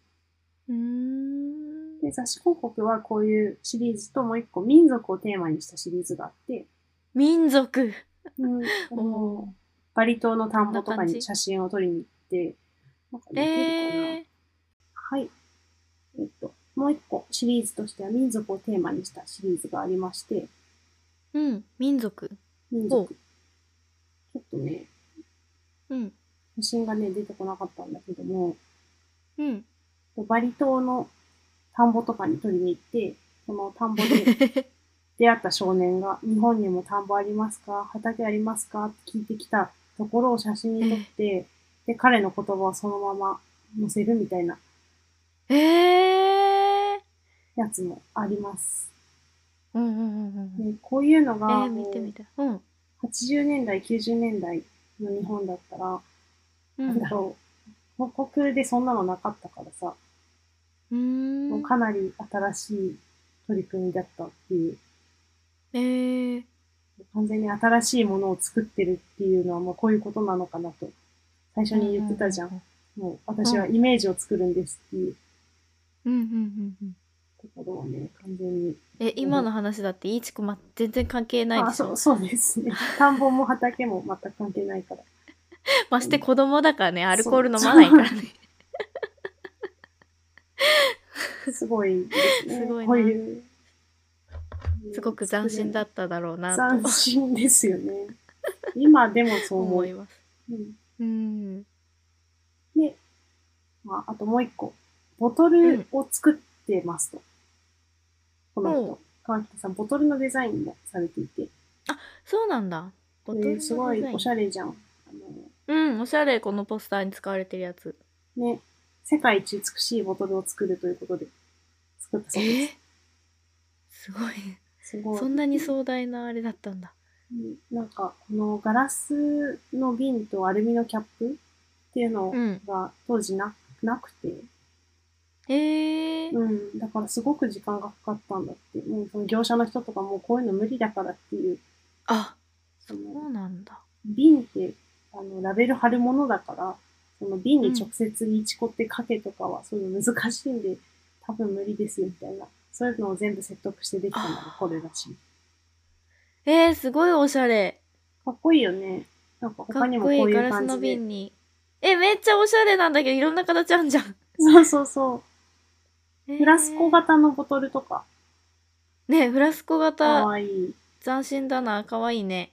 Speaker 2: うーん。
Speaker 1: で、雑誌広告はこういうシリーズともう一個民族をテーマにしたシリーズがあって、
Speaker 2: 民族。
Speaker 1: うん、あ
Speaker 2: おー
Speaker 1: のバリ島の田んぼと
Speaker 2: こんな
Speaker 1: か
Speaker 2: 感じ
Speaker 1: に写真を撮りに行って、なんか似てるかな、
Speaker 2: ええ
Speaker 1: はい。えっと、もう一個シリーズとしては民族をテーマにしたシリーズがありまして、
Speaker 2: うん、民族。
Speaker 1: 民
Speaker 2: お
Speaker 1: 族。ちょっとね、
Speaker 2: うん、
Speaker 1: 写真がね、出てこなかったんだけども、
Speaker 2: うん。
Speaker 1: バリ島の田んぼとかに取りに行って、その田んぼで出会った少年が、日本にも田んぼありますか畑ありますかって聞いてきたところを写真に撮って、で、彼の言葉をそのまま載せるみたいな
Speaker 2: ええ
Speaker 1: やつもあります。
Speaker 2: うんうんうんうん。
Speaker 1: でこういうの
Speaker 2: え
Speaker 1: が、
Speaker 2: え見てみたい。うん。
Speaker 1: 80年代、90年代の日本だったら、
Speaker 2: う
Speaker 1: なん
Speaker 2: ん
Speaker 1: だろう、広告でそんなのなかったからさ、
Speaker 2: うー。
Speaker 1: もうんかなり新しい取り組みだったっていう
Speaker 2: ええ
Speaker 1: 完全に新しいものを作ってるっていうのは、まあ、こういうことなのかなと、最初に言ってたじゃん。
Speaker 2: うん
Speaker 1: もう、私はイメージを作るんですっていう
Speaker 2: うんうんうん。
Speaker 1: ところをね、完全に。
Speaker 2: え、今の話だって、イチコ、ま、全然関係ない
Speaker 1: あ、
Speaker 2: でし
Speaker 1: そ
Speaker 2: ょ
Speaker 1: う、。そうです ね。田んぼも畑も全く関係ないから。
Speaker 2: まして子供だからね、アルコール飲まないからね。
Speaker 1: すごいですね。
Speaker 2: すごいな
Speaker 1: こういう。
Speaker 2: すごく斬新だっただろうなと
Speaker 1: 斬新ですよね。今でもそう思
Speaker 2: 思
Speaker 1: う。
Speaker 2: います。
Speaker 1: うん
Speaker 2: うん。
Speaker 1: で、まあ、あともう一個。ボトルを作ってますと。この
Speaker 2: ほ
Speaker 1: 人。川北さん、ボトルのデザインもされていて。
Speaker 2: そうなんだ。ボ
Speaker 1: え
Speaker 2: トル
Speaker 1: ー
Speaker 2: のデザイン
Speaker 1: すごいおしゃれじゃん。あ
Speaker 2: うん、おしゃれ、このポスターに使われてるやつ。
Speaker 1: のね、世界一美しいボトルを作るということで、作ったそうです。
Speaker 2: すごい。
Speaker 1: すごい。
Speaker 2: そんなに壮大なあれだったんだ。
Speaker 1: うんなんか、このガラスの瓶とアルミのキャップっていうの
Speaker 2: うん。
Speaker 1: が当時ななくて、
Speaker 2: ええ
Speaker 1: うん、だからすごく時間がかかったんだって。もうその業者の人とかもうこういうの無理だからっていう、
Speaker 2: あ、
Speaker 1: そ
Speaker 2: そ
Speaker 1: の
Speaker 2: うなんだ。
Speaker 1: 瓶ってあのラベル貼るものだから、その瓶に直接イチコってかけとかはそういうの難しいんで、多分無理ですみたいな。そういうのを全部説得してできたのがこれらしい。
Speaker 2: えー、すごいおしゃれ。
Speaker 1: かっこいいよね。なんか
Speaker 2: か
Speaker 1: 他
Speaker 2: っ
Speaker 1: にも
Speaker 2: こ
Speaker 1: こう
Speaker 2: いい
Speaker 1: い
Speaker 2: ガ
Speaker 1: う
Speaker 2: ラス
Speaker 1: 感
Speaker 2: の
Speaker 1: じで。
Speaker 2: 瓶に。え、めっちゃおしゃれなんだけど、いろんな形あるじゃん。
Speaker 1: そうそうそう。
Speaker 2: えー
Speaker 1: フラスコ。型のボトルとか、
Speaker 2: ねフラスコ
Speaker 1: か
Speaker 2: 型、
Speaker 1: わいい。
Speaker 2: 斬新だな。かわいいね。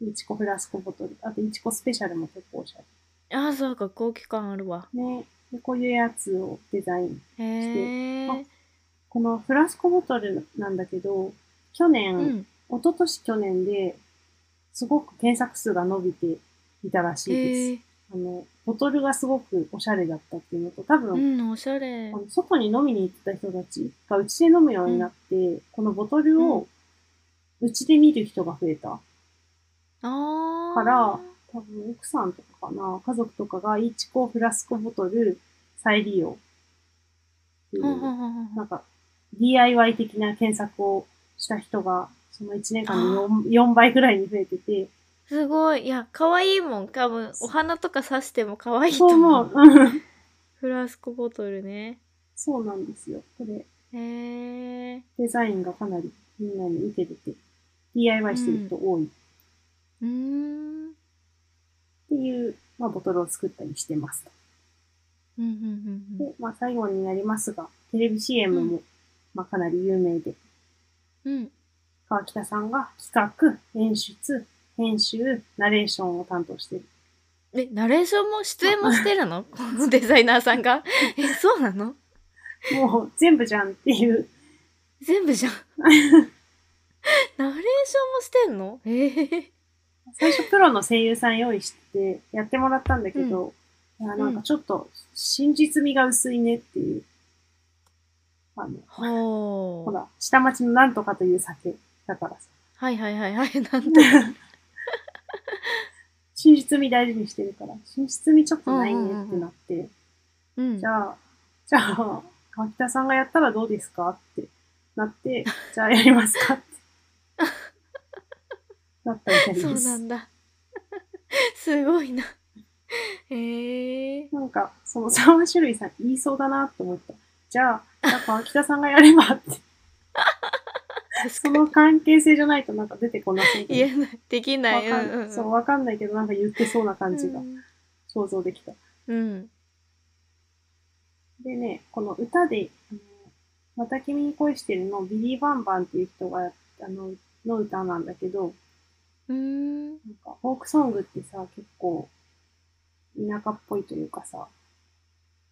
Speaker 1: いちこフラスコボトル。あと、いちこスペシャルも結構おしゃ
Speaker 2: あー、そうか、高級感あるわ。
Speaker 1: れ。ね。でこういうやつをデザイン。
Speaker 2: へえー。
Speaker 1: このフラスコボトルなんだけど、去年、
Speaker 2: うん。
Speaker 1: 一昨年去年で、すごく検索数が伸びていたらし
Speaker 2: え
Speaker 1: いです。
Speaker 2: ー、
Speaker 1: あの、ボトルがすごくおしゃれだったっていうのと、多分、
Speaker 2: うん、おしゃれ
Speaker 1: あ。の外に飲みに行ってた人たちがうちで飲むようになって、このボトルをうちで見る人が増えた。
Speaker 2: ああ。
Speaker 1: から多分奥さんとかかな、家族とかがイチコフラスコボトル再利用っていう、
Speaker 2: ほんほんほんほんほ。
Speaker 1: なんんか DIY 的な検索をした人がその1年間で 4, 4倍ぐらいに増えてて、
Speaker 2: すごい。いや、可愛いもん。多分、お花とか刺しても可愛いと
Speaker 1: そう
Speaker 2: 思
Speaker 1: 思
Speaker 2: う
Speaker 1: う。。うん
Speaker 2: フラスコボトルね。
Speaker 1: そうなんですよ。これ
Speaker 2: へえ。
Speaker 1: デザインがかなりみんなに受けてて、DIY してる人多いっ
Speaker 2: うーん。
Speaker 1: ていう、まあ、ボトルを作ったりしてます。
Speaker 2: うんうんうんうん
Speaker 1: で、まあ最後になりますが、テレビ CM も、
Speaker 2: う
Speaker 1: まあかなり有名で、
Speaker 2: うん。
Speaker 1: 川北さんが企画、演出、編集、ナレーションを担当してる。
Speaker 2: え、ナレーションも出演もして るのこのデザイナーさんが。え、そうなの
Speaker 1: もう全部じゃんっていう、
Speaker 2: 全 部じゃん。ナレーションもしてんのええ
Speaker 1: 最初プロの声優さん用意してやってもらったんだけど、いやなんかちょっと真実味が薄いねっていう。あの、
Speaker 2: ほ
Speaker 1: ほ
Speaker 2: う。
Speaker 1: ら、下町のなんとかという酒だからさ。
Speaker 2: はいはいはいはい。なんとか。
Speaker 1: 真実味大事にしてるから、真実味ちょっとないねってなって、
Speaker 2: うん
Speaker 1: じ。ゃあ、じゃあ、川北さんがやったらどうですかってなって、じゃあやります かって。なったみたいです。
Speaker 2: そう
Speaker 1: な
Speaker 2: なんんだ。 すごいな。へえ。
Speaker 1: か、その沢種類さん言いそうだなと思った。じゃあ、じゃあ川北さんがやればって。
Speaker 2: 確
Speaker 1: そ
Speaker 2: かに
Speaker 1: の関係性じゃないとなんか出てこなそう
Speaker 2: 言えない。できな
Speaker 1: わ
Speaker 2: い。う
Speaker 1: か
Speaker 2: んうんん。
Speaker 1: そう、わかんないけどなんか言ってそうな感じが
Speaker 2: うん
Speaker 1: 想像できた。
Speaker 2: うん。
Speaker 1: でね、この歌で、あのまた君に恋してるのビリー・バンバンっていう人が、あの、の歌なんだけど、
Speaker 2: うーん。
Speaker 1: なんか、フォークソングってさ、結構、田舎っぽいというかさ、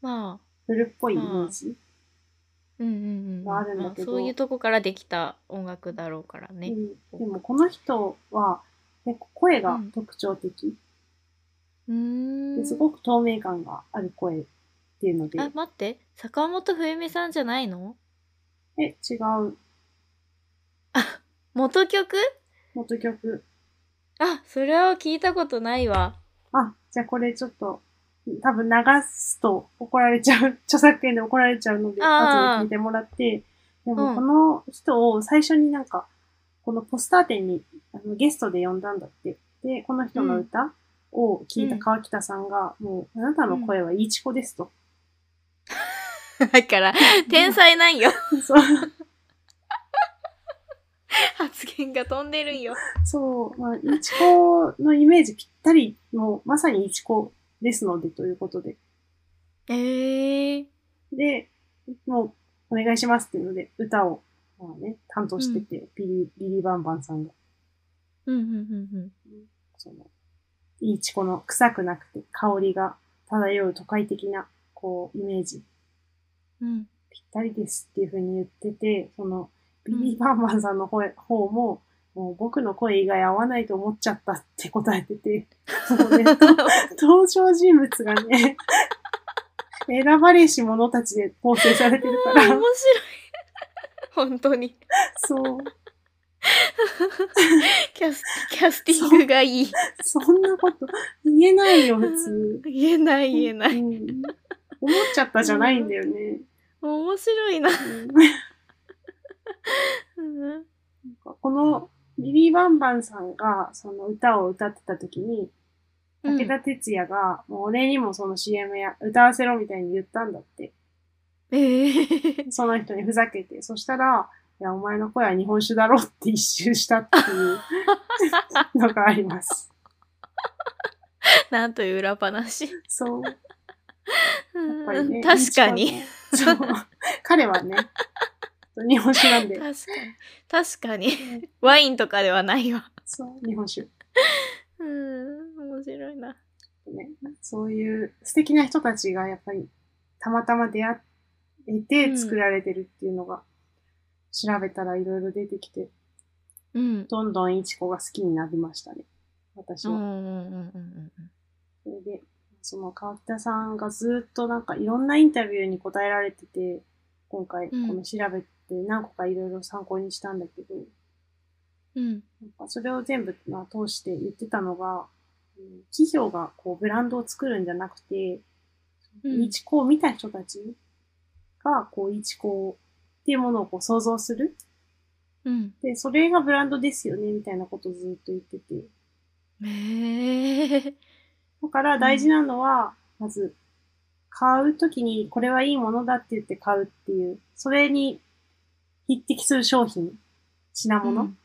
Speaker 2: まあ。
Speaker 1: 古っぽいイメージ、
Speaker 2: うんうんうん。
Speaker 1: があるんだけど
Speaker 2: まあそういうとこからできた音楽だろうからね。
Speaker 1: うんでも、この人は、結構声が特徴的、
Speaker 2: うーん。
Speaker 1: ですごく透明感がある声っていうので、
Speaker 2: あ、待って。坂本冬美さんじゃないの
Speaker 1: え、違う、
Speaker 2: 元曲
Speaker 1: 元曲。
Speaker 2: あ、それは聞いたことないわ。
Speaker 1: あ、じゃあこれちょっと、多分流すと怒られちゃう、 著作権で怒られちゃうので、
Speaker 2: あー
Speaker 1: 後で聞いてもらって、で
Speaker 2: う
Speaker 1: も
Speaker 2: ん
Speaker 1: この人を最初になんか、このポスター展にあのゲストで呼んだんだって。で、この人の歌を聞いた川北さんが、もう、あなたの声はいいちこですと。
Speaker 2: だ から、天才なんよ。
Speaker 1: そう、
Speaker 2: 発言が飛んでるんよ。
Speaker 1: そう、まあ、いちこのイメージぴったり、もうまさにいちこですのでということで。
Speaker 2: ええー。
Speaker 1: で、もう、お願いしますっていうので、歌を、まあね、担当してて、ビリ、ビリバンバンさんが、
Speaker 2: うんうんうんうん。
Speaker 1: その、いいチコの臭くなくて香りが漂う都会的な、こう、イメージ、
Speaker 2: うん。
Speaker 1: ぴったりですっていうふうに言ってて、その、ビリバンバンさんの声、方も、もう僕の声以外合わないと思っちゃったって答えてて、そのね、と登場人物がね、選ばれし者たちで構成されてるから、
Speaker 2: 面 白い。本当に。
Speaker 1: そう。
Speaker 2: キャスキャスティングがいい。
Speaker 1: そんなこと言えないよ、普通。
Speaker 2: 言えない言えな
Speaker 1: う
Speaker 2: い。
Speaker 1: ん思っちゃったじゃないんだよね。
Speaker 2: 面白いな。
Speaker 1: うんなん
Speaker 2: うん
Speaker 1: かこのビリー・バンバンさんがその歌を歌ってた時に、
Speaker 2: うん
Speaker 1: 武田鉄矢が、もう俺にもその CM や歌わせろみたいに言ったんだって。
Speaker 2: えええ
Speaker 1: その人にふざけて、そしたら、いや、お前の声は日本酒だろって一周したっていう のがあります。
Speaker 2: なんという裏話。
Speaker 1: そう。やっぱり
Speaker 2: う
Speaker 1: ね。
Speaker 2: ん確かに。
Speaker 1: 一番ね。そう。彼はね、日本酒なん
Speaker 2: 確
Speaker 1: で。
Speaker 2: かに。確かに。ワインとかではないわ。
Speaker 1: そう、日本酒。
Speaker 2: うん、面白いな。
Speaker 1: ね、そういう素敵な人たちがやっぱりたまたま出会えて作られてるっていうのが、調べたらいろいろ出てきて、
Speaker 2: うん。
Speaker 1: どんどんいちこが好きになりましたね。私
Speaker 2: うんう
Speaker 1: は。
Speaker 2: んうんうん
Speaker 1: それで、その川北さんがずっとなんかいろんなインタビューに答えられてて、今回こ
Speaker 2: うん
Speaker 1: の調べて何個かいろいろ参考にしたんだけど、
Speaker 2: うん。うん。
Speaker 1: なんかそれを全部まあ通して言ってたのが、うん企業がこうブランドを作るんじゃなくて、
Speaker 2: うん
Speaker 1: イチコを見た人たちが、こう、イチコっていうものをこう想像する。
Speaker 2: うん。
Speaker 1: で、それがブランドですよね、みたいなことをずっと言ってて。
Speaker 2: へえ。
Speaker 1: だから大事なのは、まず、買うときにこれはいいものだって言って買うっていう、それに匹敵する商品、品物。
Speaker 2: うん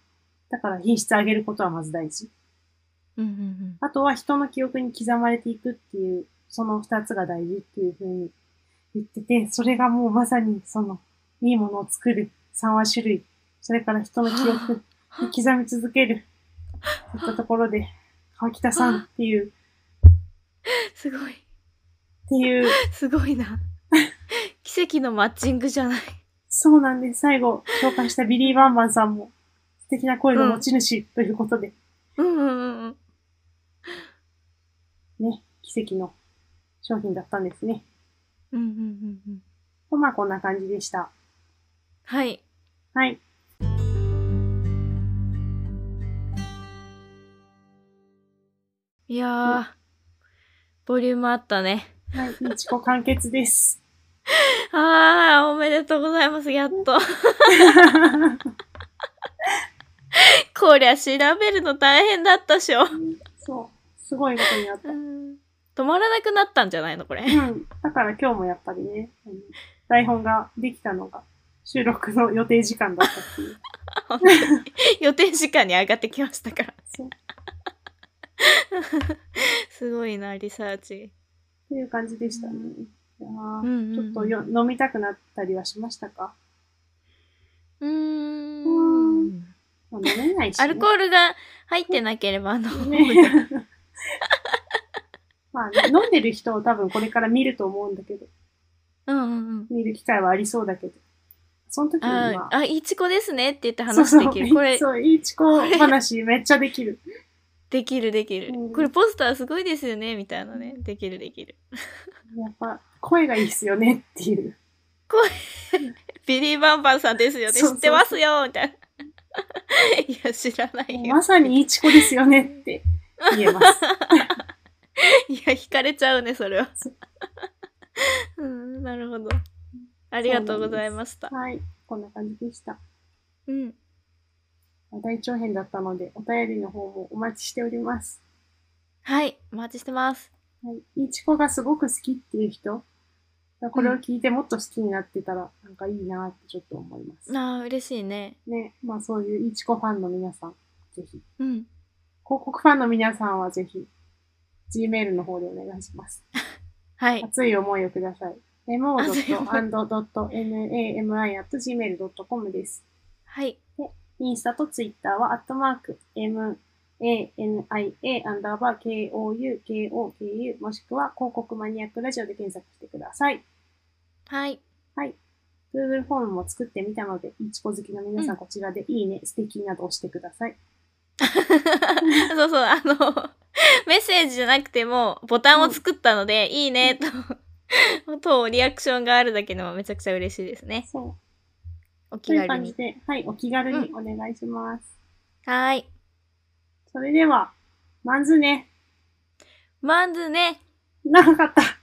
Speaker 1: だから品質上げることはまず大事。
Speaker 2: うんうん
Speaker 1: あとは人の記憶に刻まれていくっていう、その二つが大事っていうふうに言ってて、それがもうまさにその、いいものを作る、3話種類、それから人の記憶に刻み続ける、そういったところで、川北さんっていう、
Speaker 2: すごい。
Speaker 1: っていう、
Speaker 2: すごいな。奇跡のマッチングじゃない。
Speaker 1: そうなんです。最後、紹介したビリー・バンバンさんも、素敵な声の持ち主ということで、
Speaker 2: うんうんうんうん。
Speaker 1: ね、奇跡の商品だったんですね。
Speaker 2: うんうんうんうん。
Speaker 1: とまあ、こんな感じでした。
Speaker 2: はい。
Speaker 1: はい。
Speaker 2: いやー、ボリュームあったね。
Speaker 1: はい、いちこ完結です。
Speaker 2: あー、おめでとうございます、やっと。こりゃ調べるの大変だったっしょ。
Speaker 1: そう。すごいことになっ
Speaker 2: う
Speaker 1: た。
Speaker 2: ん止まらなくなったんじゃないのこれ。
Speaker 1: うん。だから今日もやっぱりね、あの台本ができたのが収録の予定時間だったっていう。
Speaker 2: 予定時間に上がってきましたから。
Speaker 1: そう。
Speaker 2: すごいな、リサーチ。
Speaker 1: という感じでしたね。いやー
Speaker 2: うんうん
Speaker 1: ちょっとよ飲みたくなったりはしましたか
Speaker 2: うー。
Speaker 1: うんまあ飲めないし、ね。
Speaker 2: アルコールが入ってなければ、あの、
Speaker 1: ね。 まあ、飲んでる人を多分これから見ると思うんだけど、
Speaker 2: うんうんうん。
Speaker 1: 見る機会はありそうだけど、その時には、
Speaker 2: あ、あ、いちこですねって言って話できる。これ、
Speaker 1: そう、いちこ話めっちゃできる。
Speaker 2: できるできる
Speaker 1: うん。
Speaker 2: これポスターすごいですよねみたいなね。できるできる。
Speaker 1: やっぱ、声がいいっすよねっていう。
Speaker 2: ビリー・バンバンさんですよね。知
Speaker 1: そうそう
Speaker 2: ってますよみたいな。 いや、知らないよ。
Speaker 1: まさにいちこですよねって言え ます。
Speaker 2: いや、惹かれちゃうね、それは
Speaker 1: そう。
Speaker 2: うん、なるほど。ありがとうございました。
Speaker 1: はい。こんな感じでした。
Speaker 2: うん。
Speaker 1: 大長編だったので、お便りの方もお待ちしております。
Speaker 2: はい、お待ちしてます。
Speaker 1: はい。いちこがすごく好きっていう人がこれを聞いてもっと好きになってたら、なんかいいなってちょっと思います。
Speaker 2: ああ、嬉しいね。
Speaker 1: ね。まあそういういちこファンの皆さん、ぜひ。広
Speaker 2: うん。
Speaker 1: 告ファンの皆さんはぜひ、Gmail の方でお願いします。
Speaker 2: はい。
Speaker 1: 熱い思いをください。
Speaker 2: 熱い思い
Speaker 1: mo.and.nami.gmail.com です。
Speaker 2: はい。
Speaker 1: インスタとツイッターは、アットマーク、m, a, n, i, a, アンダーバー、k, o, u, k, o, k, u、もしくは、広告マニアックラジオで検索してください。
Speaker 2: はい。
Speaker 1: Google フォームも作ってみたので、いちこ好きの皆さん、こちらで、いいね、素敵など押してください。
Speaker 2: そうそう、あの、メッセージじゃなくても、ボタンを作ったので、いいね、と、と、リアクションがあるだけでもめちゃくちゃ嬉しいですね。
Speaker 1: そう。
Speaker 2: お
Speaker 1: と
Speaker 2: 気
Speaker 1: いう
Speaker 2: 軽
Speaker 1: 感じ
Speaker 2: に。
Speaker 1: で、はい、お気軽にお願いします。
Speaker 2: はーい。
Speaker 1: それでは、まんずね、
Speaker 2: まずね、
Speaker 1: 長かった。